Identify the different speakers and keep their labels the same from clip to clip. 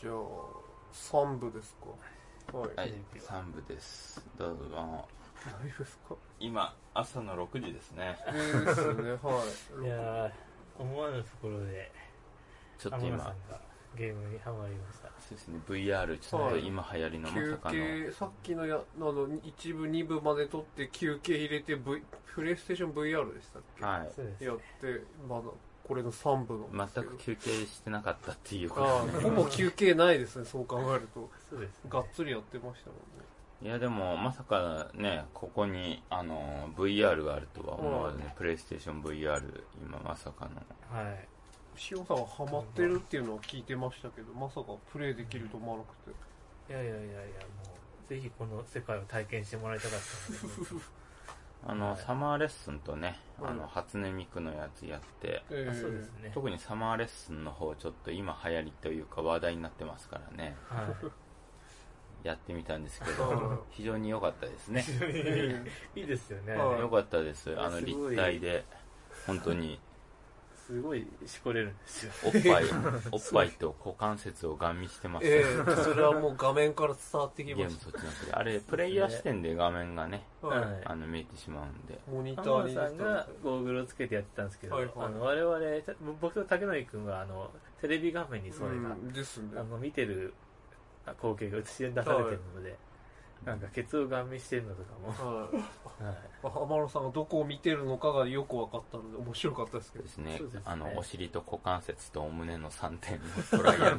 Speaker 1: じゃあ、3部ですか。はい。
Speaker 2: はい
Speaker 3: 準、備
Speaker 2: 三部です。どうぞ、どうも。
Speaker 1: 何部ですか
Speaker 2: 今、朝の6時ですね。
Speaker 1: ですね、はい
Speaker 3: や
Speaker 1: い。
Speaker 3: ー思わぬところで
Speaker 2: ちょっと
Speaker 3: 天野さん
Speaker 2: 今、
Speaker 3: がゲームにハマりました
Speaker 2: そうですね、VR、ちょっと今流行りのま
Speaker 1: 休
Speaker 2: さかの。
Speaker 1: 憩、さっきのや、あの、1部、2部まで取って休憩入れて、v、プレイステーション VR でしたっけ
Speaker 2: はい。
Speaker 3: そうです
Speaker 1: やって、まだ、これの3部の。
Speaker 2: 全く休憩してなかったっていうこ
Speaker 1: あ
Speaker 2: とで
Speaker 1: あ、
Speaker 2: す
Speaker 1: ほ
Speaker 2: ね。
Speaker 1: ぼ休憩ないですね、そう考えると。
Speaker 3: そうですね
Speaker 1: がっつりやってましたもんね。
Speaker 2: いや、でも、まさかね、ここに、あの、VR があるとは思わずね、プレイステーション VR、今まさかの。
Speaker 3: はい
Speaker 1: 塩さんはハマってるっていうのは聞いてましたけど、まさかプレイできると思わなくて。
Speaker 3: いやいやいやいやもうぜひこの世界を体験してもらいたかったので
Speaker 2: あの、
Speaker 3: はい
Speaker 2: サマーレッスンとね、
Speaker 1: うん
Speaker 2: あの、初音ミクのやつやって、
Speaker 1: え
Speaker 3: あそうですね
Speaker 2: 特にサマーレッスンの方、ちょっと今流行りというか話題になってますからね、
Speaker 3: は
Speaker 2: やってみたんですけ
Speaker 1: うん
Speaker 2: ど、非常に良かったです ね。
Speaker 1: え
Speaker 3: いいいですよね
Speaker 1: はい
Speaker 2: 良かったです。あの、
Speaker 3: すごい
Speaker 2: 立体で、本当 に、
Speaker 3: すごいしこれるんですよ
Speaker 2: おっぱい、おっぱいと股関節をガン見してま
Speaker 1: え
Speaker 2: すね。
Speaker 1: それはもう画面から伝わってき
Speaker 2: ゲー
Speaker 1: ま
Speaker 2: ム
Speaker 1: し
Speaker 2: そっちなんですけどあれ、プレイヤー視点で画面がね、
Speaker 1: た。
Speaker 3: はい
Speaker 1: はい
Speaker 2: あの、見えてしまうんで。
Speaker 1: モニタ
Speaker 3: 浜
Speaker 1: ー
Speaker 3: 田
Speaker 1: に
Speaker 3: さんがゴーグルをつけてやってたんですけど、
Speaker 1: はいはい
Speaker 3: あの我々た僕と竹典君はあのテレビ画面にそれが、
Speaker 1: うんですね。
Speaker 3: あの見てるあ光景が映し出されてるので、なんかケツをガン見してるのとかも、
Speaker 1: はい。
Speaker 3: はい、
Speaker 1: 天野さんがどこを見てるのかがよく分かったので面白かったですけど
Speaker 2: そうで、すね
Speaker 3: そうですね
Speaker 2: あの、お尻と股関節とお胸の3点をトライアル。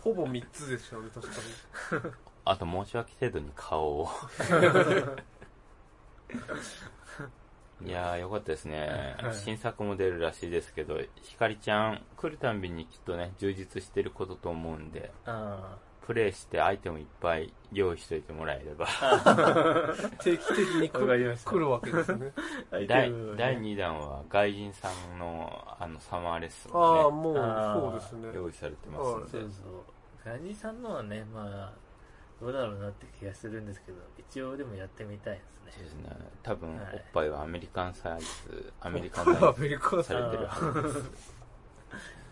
Speaker 1: ほぼ3つでしたね、確か
Speaker 2: あと、申し訳程度に顔を。いやー、よかったですね
Speaker 3: は。い
Speaker 2: 新作も出るらしいですけど、ひかりちゃん、来るたんびにきっとね、充実してることと思うんで、
Speaker 3: あ
Speaker 2: プレイしてアイテムいっぱい用意しといてもらえれば。
Speaker 1: に。定期的に
Speaker 3: わかり
Speaker 1: 来
Speaker 3: ました
Speaker 1: 来るわけですね。
Speaker 3: あ
Speaker 2: 第第2弾は外人さんのあのサマーレッスン
Speaker 1: ああ、
Speaker 2: をね、
Speaker 1: もう、
Speaker 3: あー
Speaker 1: そうですね。
Speaker 2: 用意されてます
Speaker 3: そ
Speaker 2: ん
Speaker 3: う
Speaker 2: で。
Speaker 3: そうガジさんのはねまあどうだろうなって気がするんですけど一応でもやってみたいです
Speaker 2: そう
Speaker 3: ね
Speaker 2: ですね。多分、
Speaker 3: はい
Speaker 2: おっぱいはアメリカンサイズ、アメリカ ン
Speaker 1: これは
Speaker 2: サ
Speaker 1: ベリカー
Speaker 2: イズされてるはず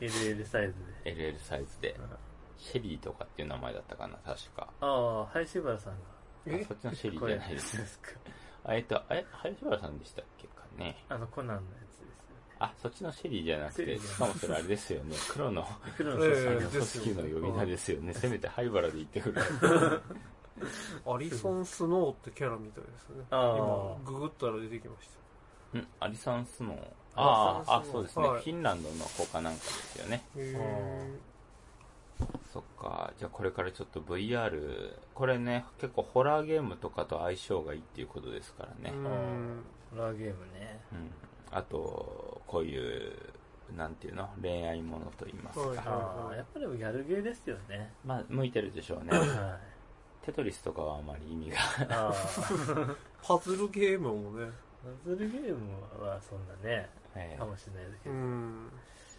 Speaker 3: LL サイズで
Speaker 2: です。LL サイズで
Speaker 3: うん。
Speaker 2: シェリーとかっていう名前だったかな、確か。
Speaker 3: ああ林原さんが
Speaker 1: え
Speaker 2: あそっちのシェリー
Speaker 3: こ
Speaker 2: じ
Speaker 3: れ
Speaker 2: ゃないです
Speaker 3: で
Speaker 2: ね。
Speaker 3: すか
Speaker 2: あえっと、あれ、林原さんでしたっけかね。
Speaker 3: あのコナンのやつですよね
Speaker 2: あ、そっちのシェリーじゃなく
Speaker 3: シェリ
Speaker 2: て、
Speaker 3: ーじゃ
Speaker 2: し
Speaker 3: ない
Speaker 2: かもそれあれです よね。黒の、
Speaker 3: 黒の
Speaker 1: ええ
Speaker 3: 写
Speaker 2: あ
Speaker 3: 真
Speaker 2: の
Speaker 3: が
Speaker 1: です
Speaker 2: 組
Speaker 1: よ
Speaker 2: 織の呼び名ですよね。せめて灰原で言ってく れ。
Speaker 1: アリソン・スノーってキャラみたいですね。今
Speaker 3: あー、
Speaker 1: ググったら出てきました。
Speaker 2: んアリサンスの、
Speaker 3: ア
Speaker 2: あ
Speaker 3: リサンスの
Speaker 2: あ、あ、そうですね、
Speaker 1: はい
Speaker 2: フィンランドの子かなんかですよね。
Speaker 1: へー
Speaker 2: そっか、じゃあこれからちょっと VR、これね、結構ホラーゲームとかと相性がいいっていうことですからね
Speaker 1: う。ん
Speaker 3: ホラーゲームね
Speaker 2: うん。あと、こういう、なんていうの恋愛ものと言いますか。
Speaker 1: はいはい
Speaker 3: ああやっぱりギャルゲーですよね
Speaker 2: まあ、向いてるでしょ うね。
Speaker 3: は
Speaker 2: テトリスとかはあまり意味が。
Speaker 3: いああ
Speaker 1: パズルゲームもね。
Speaker 3: パズルゲームはそんなね
Speaker 2: ええ
Speaker 3: かもしれないですけ
Speaker 1: う
Speaker 3: ど、
Speaker 1: ん。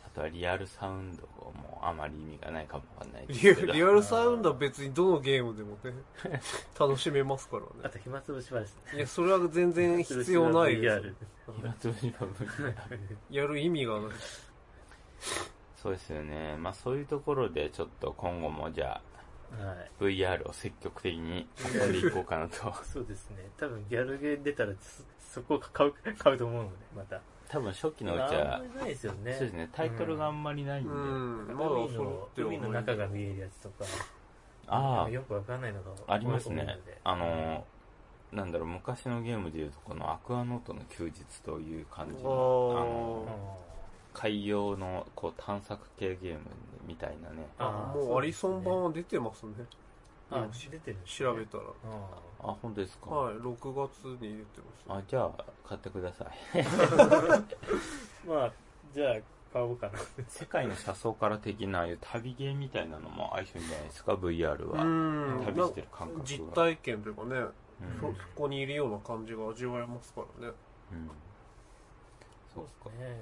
Speaker 2: あとはリアルサウンドもあまり意味がないかもわかんないです
Speaker 1: リア
Speaker 2: けど。
Speaker 1: リアルサウンドは別にどのゲームでもね、楽しめますから
Speaker 3: あ
Speaker 1: ね。
Speaker 3: と暇つぶしはですね
Speaker 1: いや、それは全然必要ないで
Speaker 3: VR
Speaker 1: す。
Speaker 2: 今通りは無理だ
Speaker 1: やる意味がない。
Speaker 2: そうですよね。まあそういうところでちょっと今後もじゃあ
Speaker 3: はい
Speaker 2: VR を積極的にやっていこうか なと。
Speaker 3: そうですね多分ギャルゲー出たらそそこを買う買うと思うのでまた
Speaker 2: 多分初期のうち
Speaker 3: あん
Speaker 2: は
Speaker 3: ま、りないですよね
Speaker 2: そうですね、タイトルがあんまりないん
Speaker 1: う
Speaker 2: で、
Speaker 1: ん。
Speaker 3: 海
Speaker 1: まだ
Speaker 3: の
Speaker 1: 揃ってはな
Speaker 3: 海
Speaker 1: い
Speaker 3: の中が見えるやつとか
Speaker 2: あ
Speaker 3: よくわかんないのが
Speaker 2: あ、あります
Speaker 3: 多い
Speaker 2: ね
Speaker 3: ので。
Speaker 2: あのー、なんだろう、昔のゲームでいうと、このアクアノートの休日という感じの、あ
Speaker 1: あー
Speaker 3: うん
Speaker 2: の海洋のこう探索系ゲームみたいなね。
Speaker 1: あ
Speaker 3: あー
Speaker 1: もうアリソン版
Speaker 3: そう
Speaker 1: は出てますね。
Speaker 3: ですねあ出てる
Speaker 1: 調べたら。
Speaker 3: あ
Speaker 2: あ、本当ですか。
Speaker 1: はい、6月に出てま
Speaker 2: あ、じゃあ、買ってくだ さい。
Speaker 3: まあじゃあ買おうかな
Speaker 2: 世界の車窓から的な、ああいう旅ゲーみたいなのも相性いいんじゃないですか、VR
Speaker 1: した。う
Speaker 2: は。
Speaker 1: ん。
Speaker 2: 旅してる感
Speaker 1: なん
Speaker 2: 覚が。
Speaker 1: か実体験というかね、
Speaker 2: うん
Speaker 1: そ、そこにいるような感じが味わえますからね。
Speaker 2: うんそうっすか。
Speaker 3: ね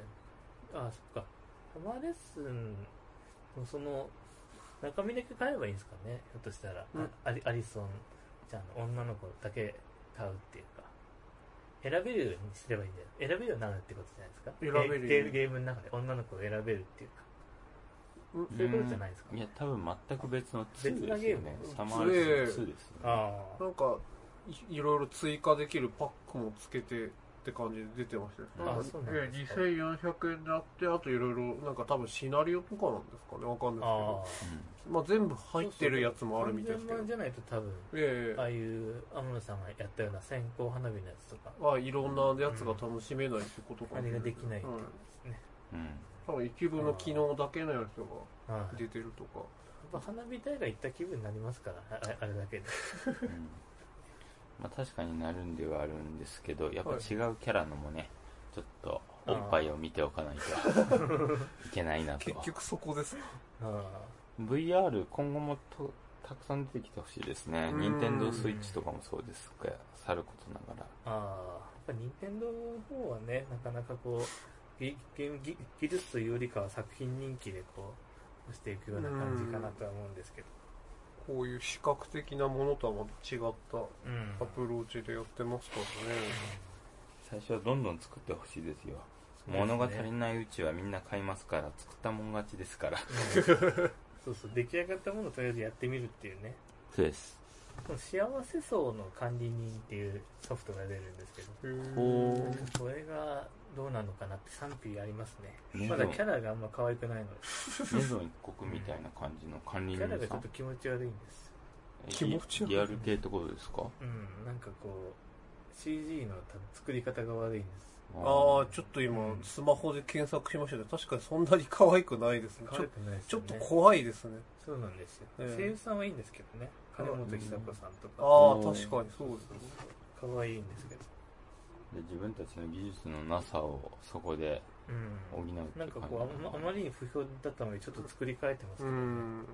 Speaker 3: あそっか浜レッスンのその中身だけ買えばいいんですかねひょっとしたら、
Speaker 1: うん
Speaker 3: あアリアリソンちゃんの女の子だけ買うっていうか選べるようにすればいいんだよ選べるようになるってことじゃないですか
Speaker 1: 選べるように
Speaker 3: ゲーゲームの中で女の子を選べるっていうか
Speaker 1: うん
Speaker 3: そういうことじゃないですか
Speaker 2: いや、多分全く別の2
Speaker 3: 別
Speaker 2: です
Speaker 3: な
Speaker 2: よ
Speaker 3: ゲーム
Speaker 2: ね。サマーレースの2ですね。
Speaker 3: ああ
Speaker 1: なんかいいろいろ追加できるパックもつけてって感じで出てましたね
Speaker 2: あ
Speaker 1: なんか
Speaker 3: そうなんですか
Speaker 1: え2400円であってあといろいろなんか多分シナリオとかなんですかねわかんないですけ
Speaker 3: あ
Speaker 1: どまあ、全部入ってるやつ
Speaker 3: あ
Speaker 1: もあるみたいですけど
Speaker 3: 万じゃないと多分
Speaker 1: え
Speaker 3: ああいう天野さんがやったような線香花火のやつとか
Speaker 1: えあいろんなやつが楽しめないってことか
Speaker 3: あれができない
Speaker 1: うん
Speaker 3: とかですね、
Speaker 2: うん。
Speaker 1: 多分一部の機能だけのやつが
Speaker 3: はいやっ
Speaker 1: 出てるとか
Speaker 3: ぱ花火大会行った気分になりますからあああれだけで
Speaker 2: うんまあ確かになるんではあるんですけど、やっぱ違うキャラのもね、ちょっとおっぱいを見ておかないといけないなと。
Speaker 1: 結局そこですか
Speaker 3: あ
Speaker 2: VR 今後もとたくさん出てきてほしいですね。
Speaker 1: うん
Speaker 2: 任天堂スイッチとかもそうですが、さることながら。
Speaker 3: あああやっぱ任天堂の方はねなかなかこうゲゲーム技技術というよりかは作品人気でこう押していくような感じかなとは思うんですけど
Speaker 1: こういう視覚的なものとはまた違った
Speaker 3: うん
Speaker 1: アプローチでやってますからね
Speaker 2: 最初はどんどん作ってほしいですよ。
Speaker 3: ね
Speaker 2: 物が足りないうちはみんな買いますから、作ったもん勝ちですから。
Speaker 3: そうそう出来上がったものをとりあえずやってみるっていうね
Speaker 2: そうです。
Speaker 3: この幸せ層の管理人っていうソフトが出るんですけど
Speaker 1: へー
Speaker 2: ほう
Speaker 3: これがどうなのかなって賛否ありますね
Speaker 2: ね
Speaker 3: まだキャラがあんま可愛くないので
Speaker 2: メゾン一国みたいな感じの管理
Speaker 3: キャ
Speaker 2: 人
Speaker 3: ラがち
Speaker 2: さ
Speaker 3: ょっと
Speaker 2: ん。
Speaker 3: 気持ち悪いんです
Speaker 1: 気持ち悪い
Speaker 2: リアル系ってことですか
Speaker 3: うんなんかこう CG の多分作り方が悪いんです
Speaker 1: ああ、ちょっと今、スマホで検索しましたけど、確かにそんなに可愛くないですね。
Speaker 3: 可
Speaker 1: ちょ
Speaker 3: 愛くないですよね
Speaker 1: ちょっと怖いですね。
Speaker 3: そうなんですよ、
Speaker 1: うん
Speaker 3: 声優さんはいいんですけどね金本久子さんとか
Speaker 1: ああ、
Speaker 2: うん
Speaker 1: 確かにそうですね。
Speaker 3: 可愛いんですけど
Speaker 2: で自分たちの技術のなさをそこで補うっ
Speaker 3: うん
Speaker 2: て
Speaker 3: なんかこうあまあまりに不評だったのでちょっと作り変えてます
Speaker 1: う
Speaker 3: けどね、
Speaker 1: ん。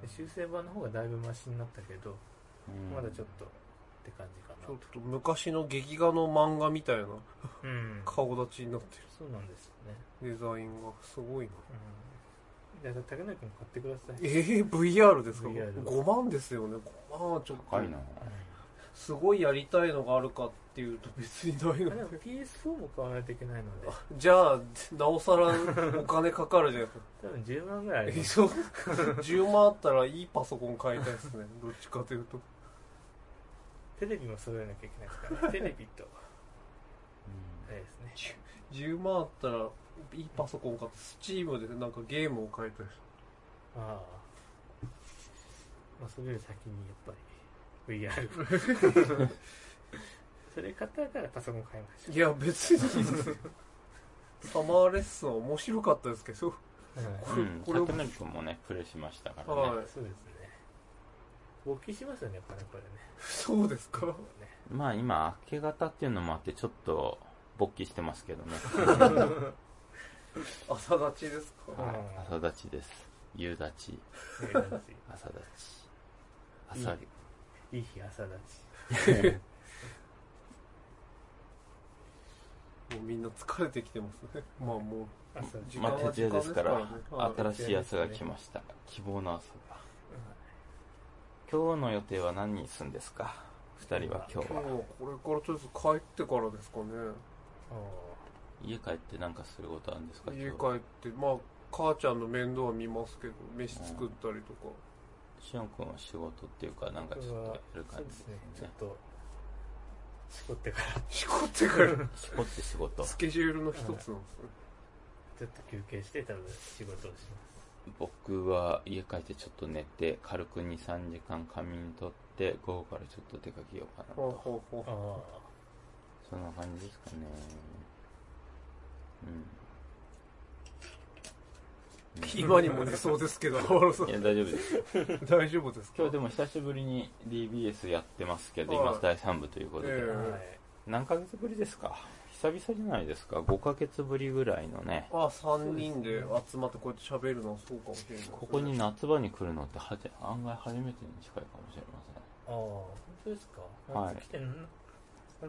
Speaker 3: で修正版の方がだいぶマシになったけど、まだちょっ
Speaker 2: と
Speaker 3: とって感じか
Speaker 1: ちょっ
Speaker 3: な
Speaker 1: と昔の劇画の漫画みたいな
Speaker 3: うん
Speaker 1: 顔立ちになって
Speaker 3: そうなんですよね、
Speaker 1: る。デザインがすごいな。
Speaker 3: うん、じゃあ竹内君買ってください、
Speaker 1: えー、VR ですか
Speaker 3: VR
Speaker 1: ?5 万ですよね。5万ちょっと
Speaker 2: 高い。な
Speaker 1: すごいやりたいのがあるかっていうと別にない
Speaker 3: うん、
Speaker 1: の
Speaker 3: あでも PS4 も買わないといけないので
Speaker 1: じゃあ、なおさらお金かかるじゃないですか。
Speaker 3: 多分10万ぐらいあり
Speaker 1: え
Speaker 3: ます
Speaker 1: そう10万あったらいいパソコン買いたいですねどっちかというと
Speaker 3: テレビも揃えなきゃいけないです から、ね、テレビとあれですね
Speaker 1: 10万あったらいいパソコン買ってスチームでなんかゲームを買いたいです
Speaker 3: ああまあそれより先にやっぱり VR それ買ったからパソコン買いまし
Speaker 1: いや別にいいですよサマーレッスンは面白かったですけど
Speaker 3: た、はい
Speaker 1: これ
Speaker 2: うん
Speaker 1: これを
Speaker 2: 里成君もねプレイしましたからね、
Speaker 1: はい
Speaker 3: そうですね勃起しますよねやっぱねこれね
Speaker 1: そうですか
Speaker 3: こうね
Speaker 2: まあ今明け方っていうのもあってちょっと勃起してますけどね、
Speaker 1: 朝立ちですか
Speaker 3: うん
Speaker 2: はい、朝立ちです夕立ち
Speaker 3: えーなんて
Speaker 2: 朝立ち朝
Speaker 3: いいいい日朝だし
Speaker 1: もうみんな疲れてきてますねまあも
Speaker 3: 朝だし
Speaker 1: 時間
Speaker 2: まあ
Speaker 1: は
Speaker 2: 徹夜ですから
Speaker 1: 時間ですからね
Speaker 2: 新しい朝が来ました、希望の朝が今日の予定は何にするんですか二人は今
Speaker 1: う
Speaker 2: 日
Speaker 1: 今
Speaker 2: は
Speaker 1: 日はこれからとりあえず帰ってからですかね
Speaker 3: お
Speaker 2: 家帰って何かすることあるんですか
Speaker 1: 家帰
Speaker 2: 今日
Speaker 1: ってまあ母ちゃんの面倒は見ますけど飯作ったりとか、
Speaker 2: しおん君は仕事っていうかなんかちょっとやる
Speaker 3: ー
Speaker 2: 感じ
Speaker 3: そうで
Speaker 2: ですす
Speaker 3: ね
Speaker 2: ね
Speaker 3: ちょっとしこってから
Speaker 1: しこってくる
Speaker 2: しこって仕事
Speaker 1: スケジュールの一つなんですね
Speaker 3: ちょっと休憩して多分仕事をします
Speaker 2: 僕は家帰ってちょっと寝て軽く23時間仮眠取って午後からちょっと出かけようかな
Speaker 1: ほう
Speaker 2: と
Speaker 1: ほうほ
Speaker 3: あ
Speaker 1: う
Speaker 3: あ
Speaker 2: そんな感じですかね
Speaker 1: 今にも出そうですけど浜野さ
Speaker 2: うんいや大丈夫です
Speaker 1: ん大丈夫ですか
Speaker 2: 今日でも久しぶりに DBS やってますけど今
Speaker 1: はい
Speaker 2: 第3部ということで、
Speaker 1: え
Speaker 3: はい
Speaker 2: 何ヶ月ぶりですか久々じゃないですか5ヶ月ぶりぐらいのね
Speaker 1: あ3人で集まってこうやって喋るのはそうかもしれないですね
Speaker 2: ここに夏場に来るのってはじ案外初めてに近いかもしれません
Speaker 3: ああ本当ですか
Speaker 2: はい
Speaker 3: 夏来てな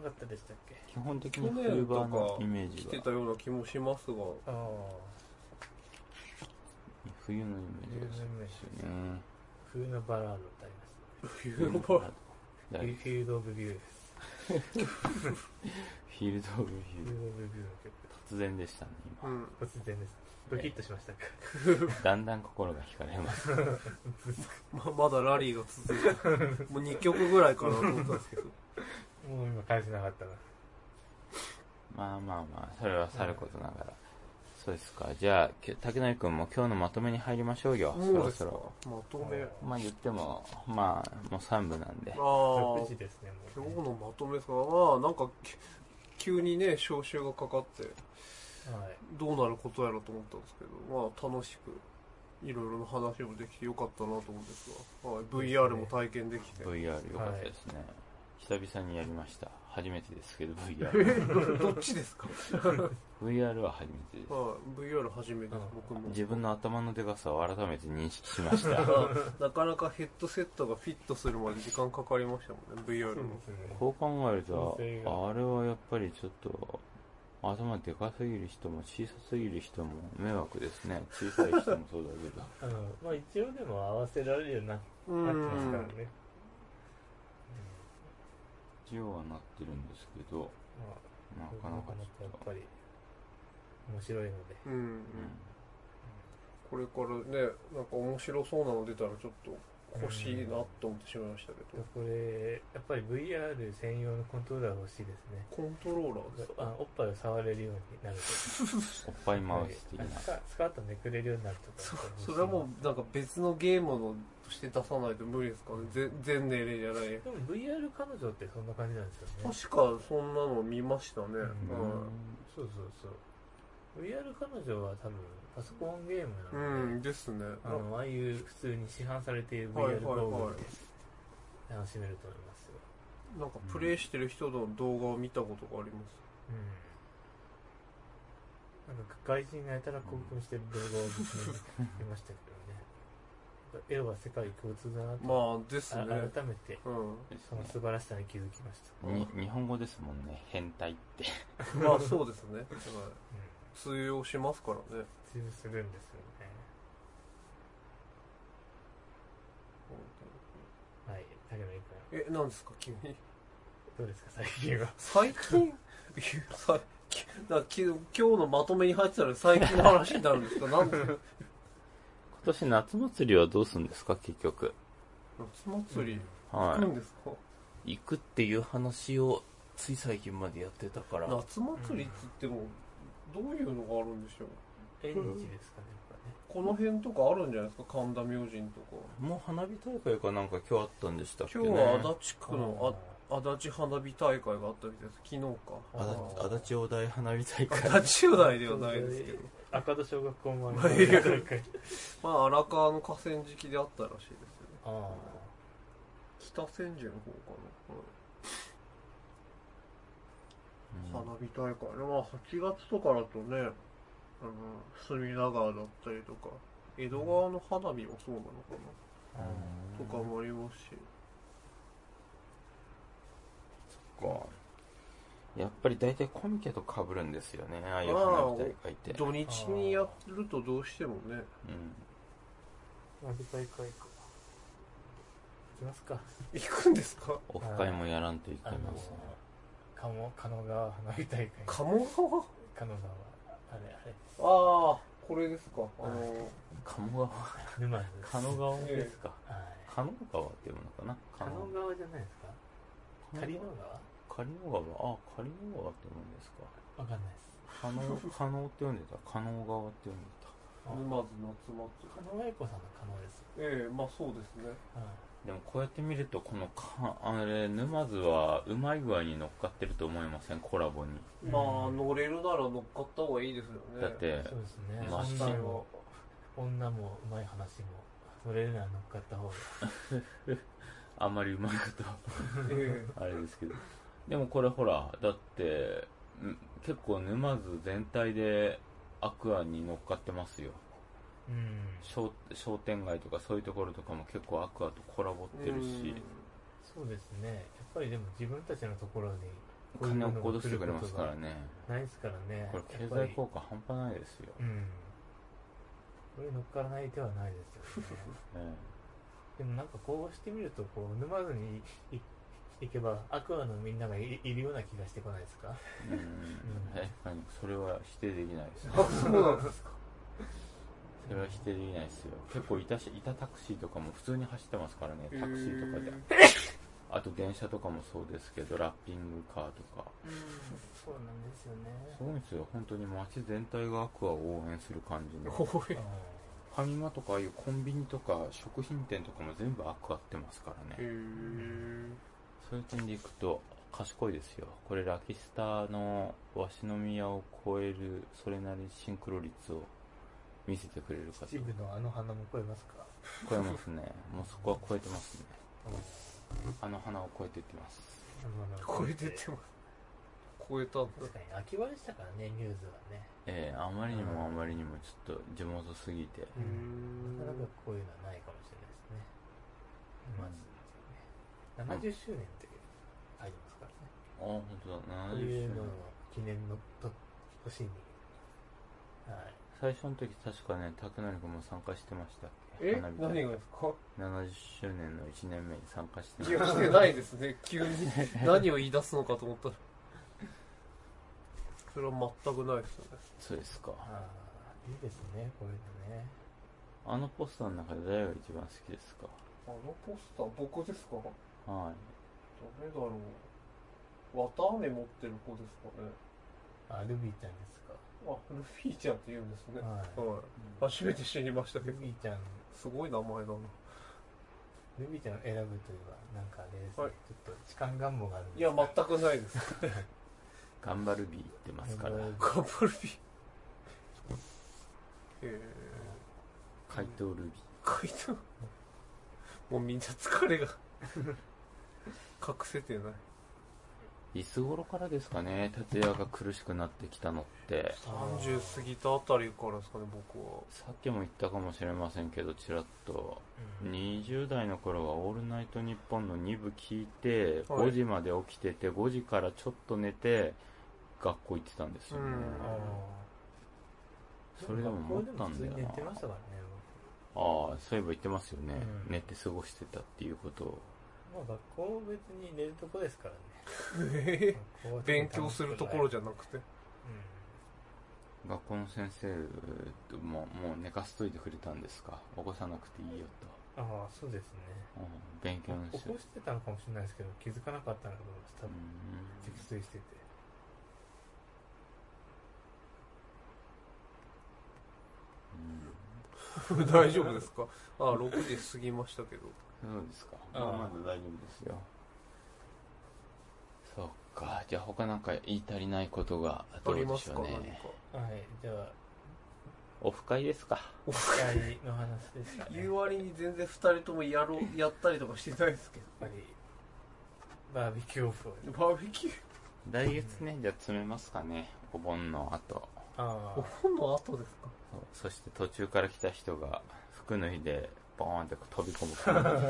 Speaker 3: なかったでしたっけ
Speaker 2: 基本的に冬場のイメージ
Speaker 1: 来
Speaker 2: が
Speaker 1: てたような気もしますが
Speaker 3: ああ
Speaker 2: 冬のイメージですよね
Speaker 3: 冬のバラードってあります
Speaker 1: 冬場
Speaker 2: だい
Speaker 3: ビューフィールド・オブ・ビューです
Speaker 2: フィールド・オブ・ビュー。
Speaker 3: 突
Speaker 2: 突然でしたね、
Speaker 1: うん。
Speaker 3: 然です。ドキッとしましたか。
Speaker 2: 今。だんだん心が惹かれます。
Speaker 1: ま、まだラリーが続いてる。もう2曲ぐらいかなと思ったんですけど。
Speaker 3: もう今返せなかったな。
Speaker 2: まあまあまあ、それはさることながら。そうですか。じゃあ、き竹内くんも今日のまとめに入りましょうよ。そ
Speaker 1: もう
Speaker 2: ろ
Speaker 1: です
Speaker 2: そ
Speaker 1: か
Speaker 2: ろ。。
Speaker 1: まとめ。あ
Speaker 2: まあ言っても、まあ、もう3部なんで
Speaker 1: あ。ー。
Speaker 3: 無事ですね、
Speaker 1: 今
Speaker 3: も
Speaker 1: 日
Speaker 3: うね。
Speaker 1: のまとめですかまあなんかき急にね招集がかかって
Speaker 3: はい。
Speaker 1: どうなることやらと思ったんですけどまあ楽しくいろいろな話もできてよかったなと思うんですが、はい、VR も体験でき て
Speaker 2: VR 良かったですね。久々にやりました。初めてですけど、VR。
Speaker 1: どっちですか、
Speaker 2: VR は初めてです。
Speaker 1: はい、VR 初めてです僕も
Speaker 2: 自分の頭のでかさを改めて認識しました。
Speaker 1: なかなかヘッドセットがフィットするまで時間かかりましたもんね VR
Speaker 3: そう
Speaker 1: の
Speaker 3: ですね。
Speaker 2: こう考えると
Speaker 3: そ、れが
Speaker 2: あれはやっぱりちょっと、頭でかすぎる人も小さすぎる人も迷惑ですね。小さい人もそうだけど。
Speaker 3: あの、まあ一応でも合わせられるようになって
Speaker 1: う
Speaker 3: ますから
Speaker 1: ん
Speaker 3: ね。
Speaker 2: 一応はなってるんですけど、
Speaker 3: まあ
Speaker 2: な
Speaker 3: な
Speaker 2: か
Speaker 3: か
Speaker 2: な
Speaker 3: な
Speaker 2: か
Speaker 3: か
Speaker 2: ち
Speaker 3: や
Speaker 2: ょ
Speaker 3: っ
Speaker 2: っと。
Speaker 3: ぱり面白いので、
Speaker 1: うん、これからねなんか面白そうなの出たらちょっと欲しいなと思ってしまいましたけど、
Speaker 3: これやっぱり VR 専用のコントローラー欲しいですね
Speaker 1: コントローラーです
Speaker 3: あおっぱいを触れるようになる
Speaker 2: おっぱい
Speaker 3: と
Speaker 2: 回し的な
Speaker 3: あ。スカスカートめくれるようになるとか
Speaker 1: そそれはもうなんか別のゲームのとして出さないと無理ですかねぜ全年齢じゃないう
Speaker 3: でも VR 彼女ってそんな感じなんですよね
Speaker 1: 確かそんなの見ましたね、うん
Speaker 3: そうそうそう VR 彼女は多分パソコンゲームな
Speaker 1: うん
Speaker 3: ので、
Speaker 1: ですね
Speaker 3: あのああいう普通に市販されている
Speaker 1: はいはい
Speaker 3: VR ゴ
Speaker 1: はい
Speaker 3: ーグルで楽しめると思いますよ、
Speaker 1: なんかプレイしてる人の動画を見たことがあります
Speaker 3: うん。なんか外人がやたら興奮してる動画を見ましたけどね。やっぱエロは世界共通だなと、
Speaker 1: まあですね
Speaker 3: あ改めて
Speaker 1: うん
Speaker 2: です
Speaker 3: その素晴らしさに気づきました。
Speaker 2: ねに日本語ですもんね。変態って。
Speaker 1: まあそうですね、はい、
Speaker 3: うん。
Speaker 1: 通用しますからね
Speaker 3: 通用するんですよね。はい。竹野君、
Speaker 1: えなんですか君
Speaker 3: どうですか、最近は。
Speaker 1: 最近最近なんかき今日のまとめに入ってたら最近の話になるん ですかなんで
Speaker 2: 今年夏祭りはどうすんですか、結局。
Speaker 1: 夏祭り行
Speaker 2: は
Speaker 1: くんですか、
Speaker 2: い。行くっていう話を、つい最近までやってたから。
Speaker 1: 夏祭りっつってもどういうのがあるんでしょう
Speaker 3: 縁日ですかね、やっぱね。
Speaker 1: この辺とかあるんじゃないですか神田明神とか
Speaker 2: もう花火大会かなんか今日あったんでしたっけ
Speaker 1: 今
Speaker 2: ね。
Speaker 1: 日は足立区
Speaker 3: あ
Speaker 1: のあ足立花火大会があったみたいです昨日
Speaker 3: あ
Speaker 1: か
Speaker 2: 足立足立お題花火大会。
Speaker 1: 足立区内ではないですけど
Speaker 3: ー赤戸小学校もあ
Speaker 1: まあいいやまあ荒川の河川敷であったらしいですよね
Speaker 3: ああ。
Speaker 1: 北千住の方か
Speaker 2: うん
Speaker 1: な、はい、花火大会ねまあ8月とかだとねあの隅田川だったりとか江戸川の花火もそうなのかな、とかもありますし
Speaker 2: かやっぱり大体コミケと被るんですよねああいう
Speaker 1: ああ
Speaker 2: 花火大会って
Speaker 1: 土日にやるとどうしてもね
Speaker 2: うん
Speaker 3: 花火大会か。行きますか。
Speaker 1: 行くんですか
Speaker 2: オフ会もやらんといけ
Speaker 3: あの
Speaker 2: ません
Speaker 3: 鴨鴨川花火大会
Speaker 1: 鴨川
Speaker 3: 鴨川あれあれ
Speaker 1: ああこれですかあの
Speaker 2: 鴨川
Speaker 3: 沼津は
Speaker 2: 鴨川ですか
Speaker 3: い
Speaker 2: 鴨川っていうのかな
Speaker 3: 鴨
Speaker 2: 鴨
Speaker 3: 川じゃないですか狩野
Speaker 2: 狩野川あ狩野川って読むんですか
Speaker 3: 川わかんないです
Speaker 2: 加納加納って読んでた加納川って読んでた
Speaker 1: 沼津夏祭
Speaker 3: 狩野英孝さんの狩野です、
Speaker 1: りええまあそうですね
Speaker 3: はい
Speaker 2: でもこうやって見るとこのかあれ沼津はうまい具合に乗っかってると思いませんコラボに
Speaker 1: まあ乗れるなら乗っかった方がいいですよね
Speaker 2: だって
Speaker 3: そうですね
Speaker 2: マシン
Speaker 3: 女も女もうまい話もそれなら乗っかった方が
Speaker 2: あんまりうまいこと
Speaker 1: え え
Speaker 2: あれですけど。でもこれほら、だって、ん結構沼津全体でアクアに乗っかってますよ。
Speaker 3: うん
Speaker 2: 商商店街とかそういうところとかも結構アクアとコラボってるし、
Speaker 3: そうですねやっぱりでも自分たちのところにこういう
Speaker 2: 金
Speaker 3: の
Speaker 2: を
Speaker 3: が
Speaker 2: こうしてくれますからね。
Speaker 3: ないですからね
Speaker 2: これ経
Speaker 3: やっぱ
Speaker 2: 済
Speaker 3: り
Speaker 2: 効果半端ないですよ。
Speaker 3: うんこれ乗っからない手はない ですよね
Speaker 2: ええ
Speaker 3: でもなんかこうしてみるとこう沼津にい行けばアクアのみんながいいるような気がしてこないですか
Speaker 2: うん確かにそれは否定できないですね
Speaker 1: あ、そうなんですか。
Speaker 2: それは否定できないですよ結構いたしいたタクシーとかも普通に走ってますからねタクシーとかで
Speaker 1: で。
Speaker 2: あと電車とかもそうですけどラッピングカーとか
Speaker 3: そうなんですよ
Speaker 2: すごいんですよ本当に街全体がアクアを応援する感じのフ
Speaker 1: おい
Speaker 3: ね。
Speaker 2: ァミマとかああいうコンビニとか食品店とかも全部アクアってますから
Speaker 1: へ
Speaker 2: ね
Speaker 1: ー
Speaker 2: そういう点でいくと賢いですよこれラキスタの鷲宮を超えるそれなりシンクロ率を見せてくれるかと
Speaker 3: 秩父のあの花も超えますか
Speaker 2: 超えますねもうそこは超えてますねあの花を超えていってます
Speaker 1: 超えてってます。超えたんだ。
Speaker 3: 確かに秋晴れしたからねミューズはね
Speaker 2: ええあまりにもあまりにもちょっと地元すぎて
Speaker 1: うー
Speaker 3: なかなか
Speaker 1: ん
Speaker 3: こういうのはないかもしれな
Speaker 2: うん
Speaker 3: いですねまず
Speaker 2: ん
Speaker 3: 70周年って書いてますからね
Speaker 2: あ本当だ
Speaker 3: こうい
Speaker 2: 70周年
Speaker 3: うのの記念のと年にはい
Speaker 2: 最初の時確かね竹成君も参加してましたっけ
Speaker 1: え
Speaker 2: 花火大
Speaker 1: 何
Speaker 2: 会
Speaker 1: がですか
Speaker 2: 70周年の1年目に参加して
Speaker 1: いや、
Speaker 2: ま
Speaker 1: し
Speaker 2: して
Speaker 1: ないです ね。急に何を言い出すのかと思ったら。それは全くないですよね。
Speaker 2: たそうですか
Speaker 3: ああいいですねこういうのね
Speaker 2: あのポスターの中で誰が一番好きですか
Speaker 1: あのポスター、僕ですか
Speaker 2: はい
Speaker 1: 誰だろう。綿飴持ってる子ですかね。
Speaker 3: あルビーちゃんですか
Speaker 1: あ、ルフィちゃんって言うんですね。
Speaker 3: はい
Speaker 1: はい。初めて知りましたけ
Speaker 3: ル
Speaker 1: ど。
Speaker 3: ビーちゃん
Speaker 1: すごい名前だな。
Speaker 3: ルビーちゃんを選ぶといえばなんかあれですね、
Speaker 1: はい
Speaker 3: ちょっと痴漢願望があるんです
Speaker 1: いや、全くないです。
Speaker 2: 頑張るビー言ってますから
Speaker 3: 頑張る
Speaker 1: カップルビー。え
Speaker 2: 怪盗ルビー
Speaker 1: ー、書いた。もうみんな疲れが。隠せてない。
Speaker 2: いつ頃からですかね立屋が苦しくなってきたのって
Speaker 1: 30過ぎたあたりからですかね、僕は。
Speaker 2: さっきも言ったかもしれませんけどちらっと
Speaker 3: うん
Speaker 2: 20代の頃は「オールナイトニッポン」の2部聞いて
Speaker 1: はい
Speaker 2: 5時まで起きてて5時からちょっと寝て学校行ってたんですよね
Speaker 1: うん
Speaker 3: あー
Speaker 2: それでも思ったんだよ
Speaker 3: 学校でも普通に
Speaker 2: な
Speaker 3: 寝てましたからね
Speaker 2: ああそういえば言ってますよね、
Speaker 3: うん
Speaker 2: 寝て過ごしてたっていうことを
Speaker 3: 僕まあ学校別に寝るとこですからね学校はちょっと
Speaker 1: 勉強するところじゃなくて。
Speaker 2: 学校の先生とももう寝かせといてくれたんですか起こさなくていいよ
Speaker 3: うんああそうですね
Speaker 2: と、うん勉強の
Speaker 3: 起
Speaker 2: し
Speaker 3: こしてたのかもしれないですけど気づかなかったのかと思います多
Speaker 2: う
Speaker 3: 分
Speaker 2: ん
Speaker 3: 熟睡してて
Speaker 1: 大丈夫ですかあ、6時過ぎましたけど。
Speaker 2: うんそうですか
Speaker 3: あ
Speaker 2: ま
Speaker 3: あ
Speaker 2: あまだ大丈夫ですよそっかじゃあ他なんか言い足りないことがど
Speaker 1: あ
Speaker 2: う
Speaker 1: り
Speaker 2: で
Speaker 1: ま
Speaker 2: し
Speaker 1: す
Speaker 2: ょ
Speaker 1: か
Speaker 2: う
Speaker 1: 何
Speaker 2: ね
Speaker 1: か。
Speaker 3: はいじゃあ
Speaker 2: オフ会ですか
Speaker 3: 機械の話ですかね
Speaker 1: 言
Speaker 3: やっ
Speaker 1: う割に全然2人ともやろうやったりとかしてないですけ
Speaker 3: ぱりバーベキューオフを
Speaker 1: どバーベキュー
Speaker 2: 来月ねじゃあ詰めますかねお盆の後
Speaker 3: あ
Speaker 1: お
Speaker 3: あ
Speaker 1: 盆の後ですか
Speaker 2: そうそして途中から来た人が服脱いでボーンって飛び込む 川に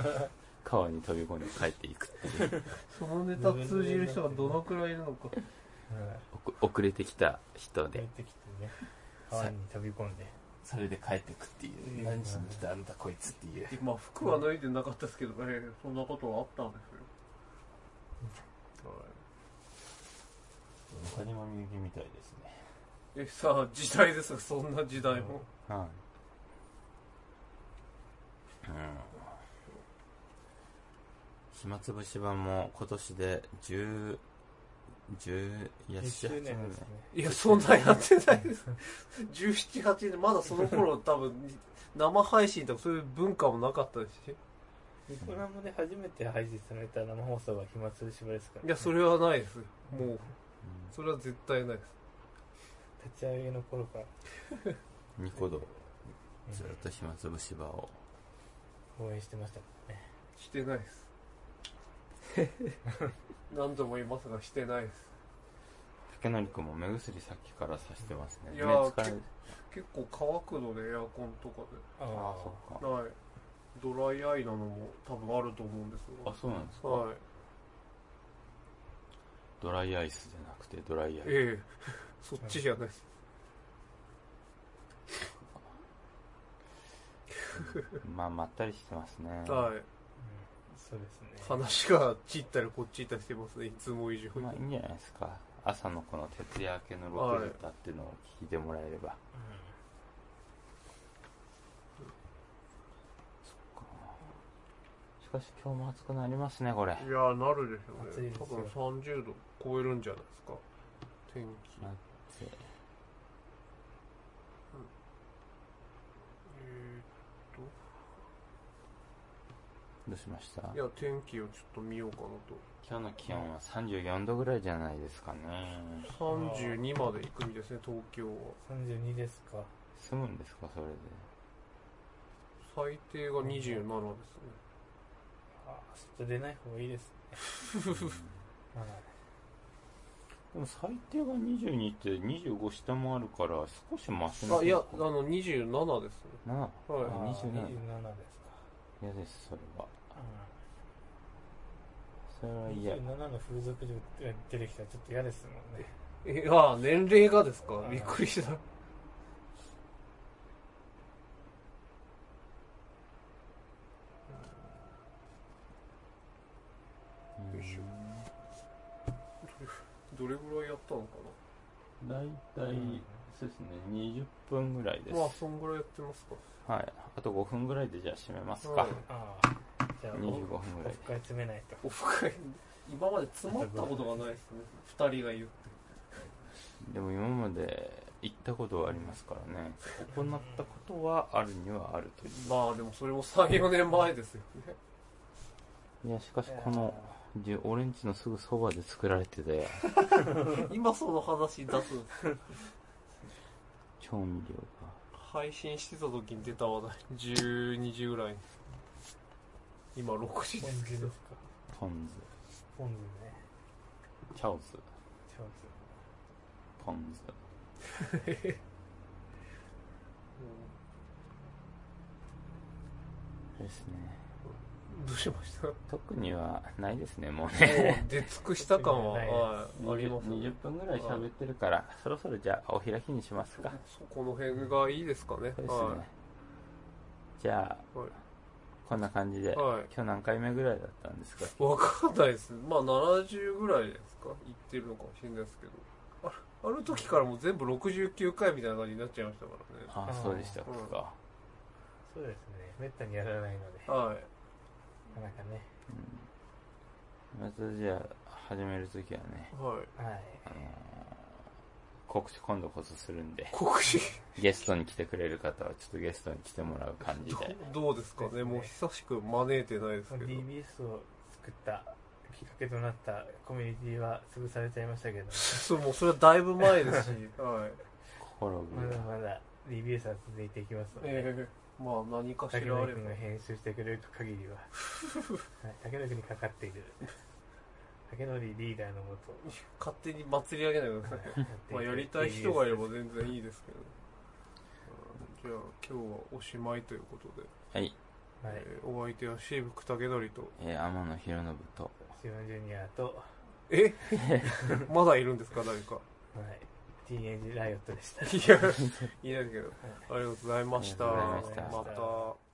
Speaker 2: 川に飛び込んで帰っていくっていう
Speaker 1: そのネタ通じる人がどのくらいいるのか
Speaker 3: はい
Speaker 2: お遅れてきた人
Speaker 3: 帰っ
Speaker 2: で
Speaker 3: てきてね川に飛び込んで
Speaker 2: それで帰ってくっていう
Speaker 1: 何しに来
Speaker 2: たあんたこいつっていう
Speaker 1: 今服は脱いでなかったですけどね、そんなことはあったんですよ、はい
Speaker 2: 中島みゆきみたいですね
Speaker 1: えさあ時代ですよそんな時代も
Speaker 2: はいうん暇つぶし版も今年で10 10いや
Speaker 3: 10周年
Speaker 2: 18
Speaker 3: ですね
Speaker 1: いやそんなやってないです178でまだその 頃多分生配信とかそういう文化もなかったですし
Speaker 3: ベトナムで初めて配信された生放送が暇つぶしばですから、
Speaker 1: いやそれはないですもうそれは絶対ないです
Speaker 3: 立ち上げの頃から
Speaker 2: うんニコ動ずっと暇つぶし版を
Speaker 3: 応援してましたからね
Speaker 1: してないです 何度も言いますがしてないです
Speaker 2: 竹成君も目薬さっきからさしてますね
Speaker 1: い
Speaker 2: 目
Speaker 1: やー
Speaker 2: 疲れ
Speaker 1: け結構乾くのでエアコンとか
Speaker 3: ああ
Speaker 2: ああそっ
Speaker 1: で
Speaker 2: か
Speaker 1: はいドライアイなのも多分あると思うんです
Speaker 2: あそうなんですか
Speaker 1: がはい
Speaker 2: ドライアイスじゃなくてドライアイ ス
Speaker 1: ええ そっちじゃないです
Speaker 2: まあまったりしてますね
Speaker 1: はい
Speaker 3: そうですね。
Speaker 1: 話がちったりこっち行ったりしてますねいつも以上に、
Speaker 2: まあいいんじゃないですか朝のこの徹夜明けのロケだったっていうのを聞いてもらえれば、しかし今日も暑くなりますねこれ
Speaker 1: いやーなるでし
Speaker 3: 暑
Speaker 1: ょ
Speaker 3: い
Speaker 1: ね
Speaker 3: うです
Speaker 1: 多
Speaker 3: よ
Speaker 1: 分30度超えるんじゃないですか天気
Speaker 2: な
Speaker 1: え
Speaker 2: どうしました
Speaker 1: ーいや天気をちょっと見ようかなと
Speaker 2: 今日の気温は34度ぐらいじゃないですかね
Speaker 1: 32まで行くみたいですね東京は
Speaker 3: 32ですか。
Speaker 2: 住むんですかそれで
Speaker 1: 最低が27ですね
Speaker 3: あー外出ない方がいいです。まあ、
Speaker 2: でも最低が22って25下もあるから少しマシな
Speaker 1: あいやあ
Speaker 2: な
Speaker 1: の27ですね
Speaker 2: あ
Speaker 1: はい
Speaker 3: あ
Speaker 2: 27
Speaker 3: ー27ですか。
Speaker 2: 嫌ですそれは
Speaker 3: う
Speaker 2: それは
Speaker 3: ん、
Speaker 2: 嫌
Speaker 3: 27の風俗嬢が出てきたらちょっと嫌ですもんね。
Speaker 1: えああ年齢がですかびっくりした
Speaker 2: うん
Speaker 1: よいしょどれぐらいやったのか
Speaker 2: 大体そうですね20分ぐらいで
Speaker 1: なまあ
Speaker 2: す
Speaker 1: そんぐらいやってますか
Speaker 2: はいあと5分ぐらいでじゃあ締めます
Speaker 1: は
Speaker 2: か
Speaker 1: い
Speaker 3: ああ。じゃあ、
Speaker 2: 25分ぐらい
Speaker 3: 回詰めないと。
Speaker 1: オフ会今まで詰まったことがないですね2人が言う
Speaker 2: でも今まで行ったことはありますからね行ったことはあるにはあるとい
Speaker 1: まあでもそれも34年前ですよね
Speaker 2: ういやしかしこのじ俺んちのすぐそばで作られてたよ
Speaker 1: 今その話出す
Speaker 2: 調味料が
Speaker 1: 配信してた時に出た話題12時ぐらいに今6時
Speaker 3: ポ
Speaker 1: で
Speaker 3: ン
Speaker 1: す
Speaker 3: 酢
Speaker 1: け
Speaker 3: です
Speaker 1: ど
Speaker 3: か。
Speaker 2: ポン
Speaker 3: ポン酢ね。
Speaker 2: 酢チャオズ
Speaker 3: ちょっと
Speaker 2: ポン酢ですね
Speaker 1: どうしました
Speaker 2: 特にはないですね もうね
Speaker 1: 出尽くした感は、はい、あります
Speaker 2: 20
Speaker 1: ね
Speaker 2: 分ぐらい喋ってるからそろそろじゃあお開きにしますか
Speaker 1: そこの辺がいいですかね
Speaker 2: そうですね、
Speaker 1: は
Speaker 2: じゃ
Speaker 1: い、
Speaker 2: あ
Speaker 1: はい
Speaker 2: こんな感じで、
Speaker 1: はい
Speaker 2: 今日何回目ぐらいだったんですか
Speaker 1: わかんないです。まあ70ぐらいですか言ってるのかもしれないですけど。あある時からもう全部69回みたいな感じになっちゃいましたからね。
Speaker 2: あ
Speaker 3: あー
Speaker 2: そうでしたか、
Speaker 1: うん
Speaker 3: そうですね。めったにやらないので、
Speaker 1: はい。
Speaker 3: なかなかね。
Speaker 2: またじゃあ始めるときはね、
Speaker 1: はい。
Speaker 3: はい。
Speaker 2: あのー告知今度こそするんで
Speaker 1: 告知
Speaker 2: ゲストに来てくれる方はちょっとゲストに来てもらう感じで
Speaker 1: どうですかねもう久しく招いてないです
Speaker 3: まあ
Speaker 1: けど。
Speaker 3: DBS を作ったきっかけとなったコミュニティは潰されちゃいましたけど、
Speaker 1: そう、もうそれはだいぶ前ですし。はい。
Speaker 2: 心
Speaker 3: ま
Speaker 2: が
Speaker 3: だまだ DBS は続いていきますので、
Speaker 1: ええまあ何かしらあ
Speaker 3: 竹野
Speaker 1: れ
Speaker 3: 君
Speaker 1: ば
Speaker 3: が。編集してくれる限 りは、はい、竹野君にかかっている、竹野リーダーのもと、
Speaker 1: 勝手に祭り上げないでください。
Speaker 3: はい
Speaker 1: まあやりたい人がいれば全然いいですけど。うんじゃあ今日はおしまいということで、
Speaker 2: はい、
Speaker 3: はい。
Speaker 1: えーお相手はシーブク竹則と
Speaker 2: えー天野博信と
Speaker 3: シオンジュニアと、
Speaker 1: え まだいるんですか誰か。
Speaker 3: はい。ティーンエイジライオットでした。
Speaker 1: いや、いないけど。ありがとうございました。
Speaker 2: あり
Speaker 3: がとうございました
Speaker 1: また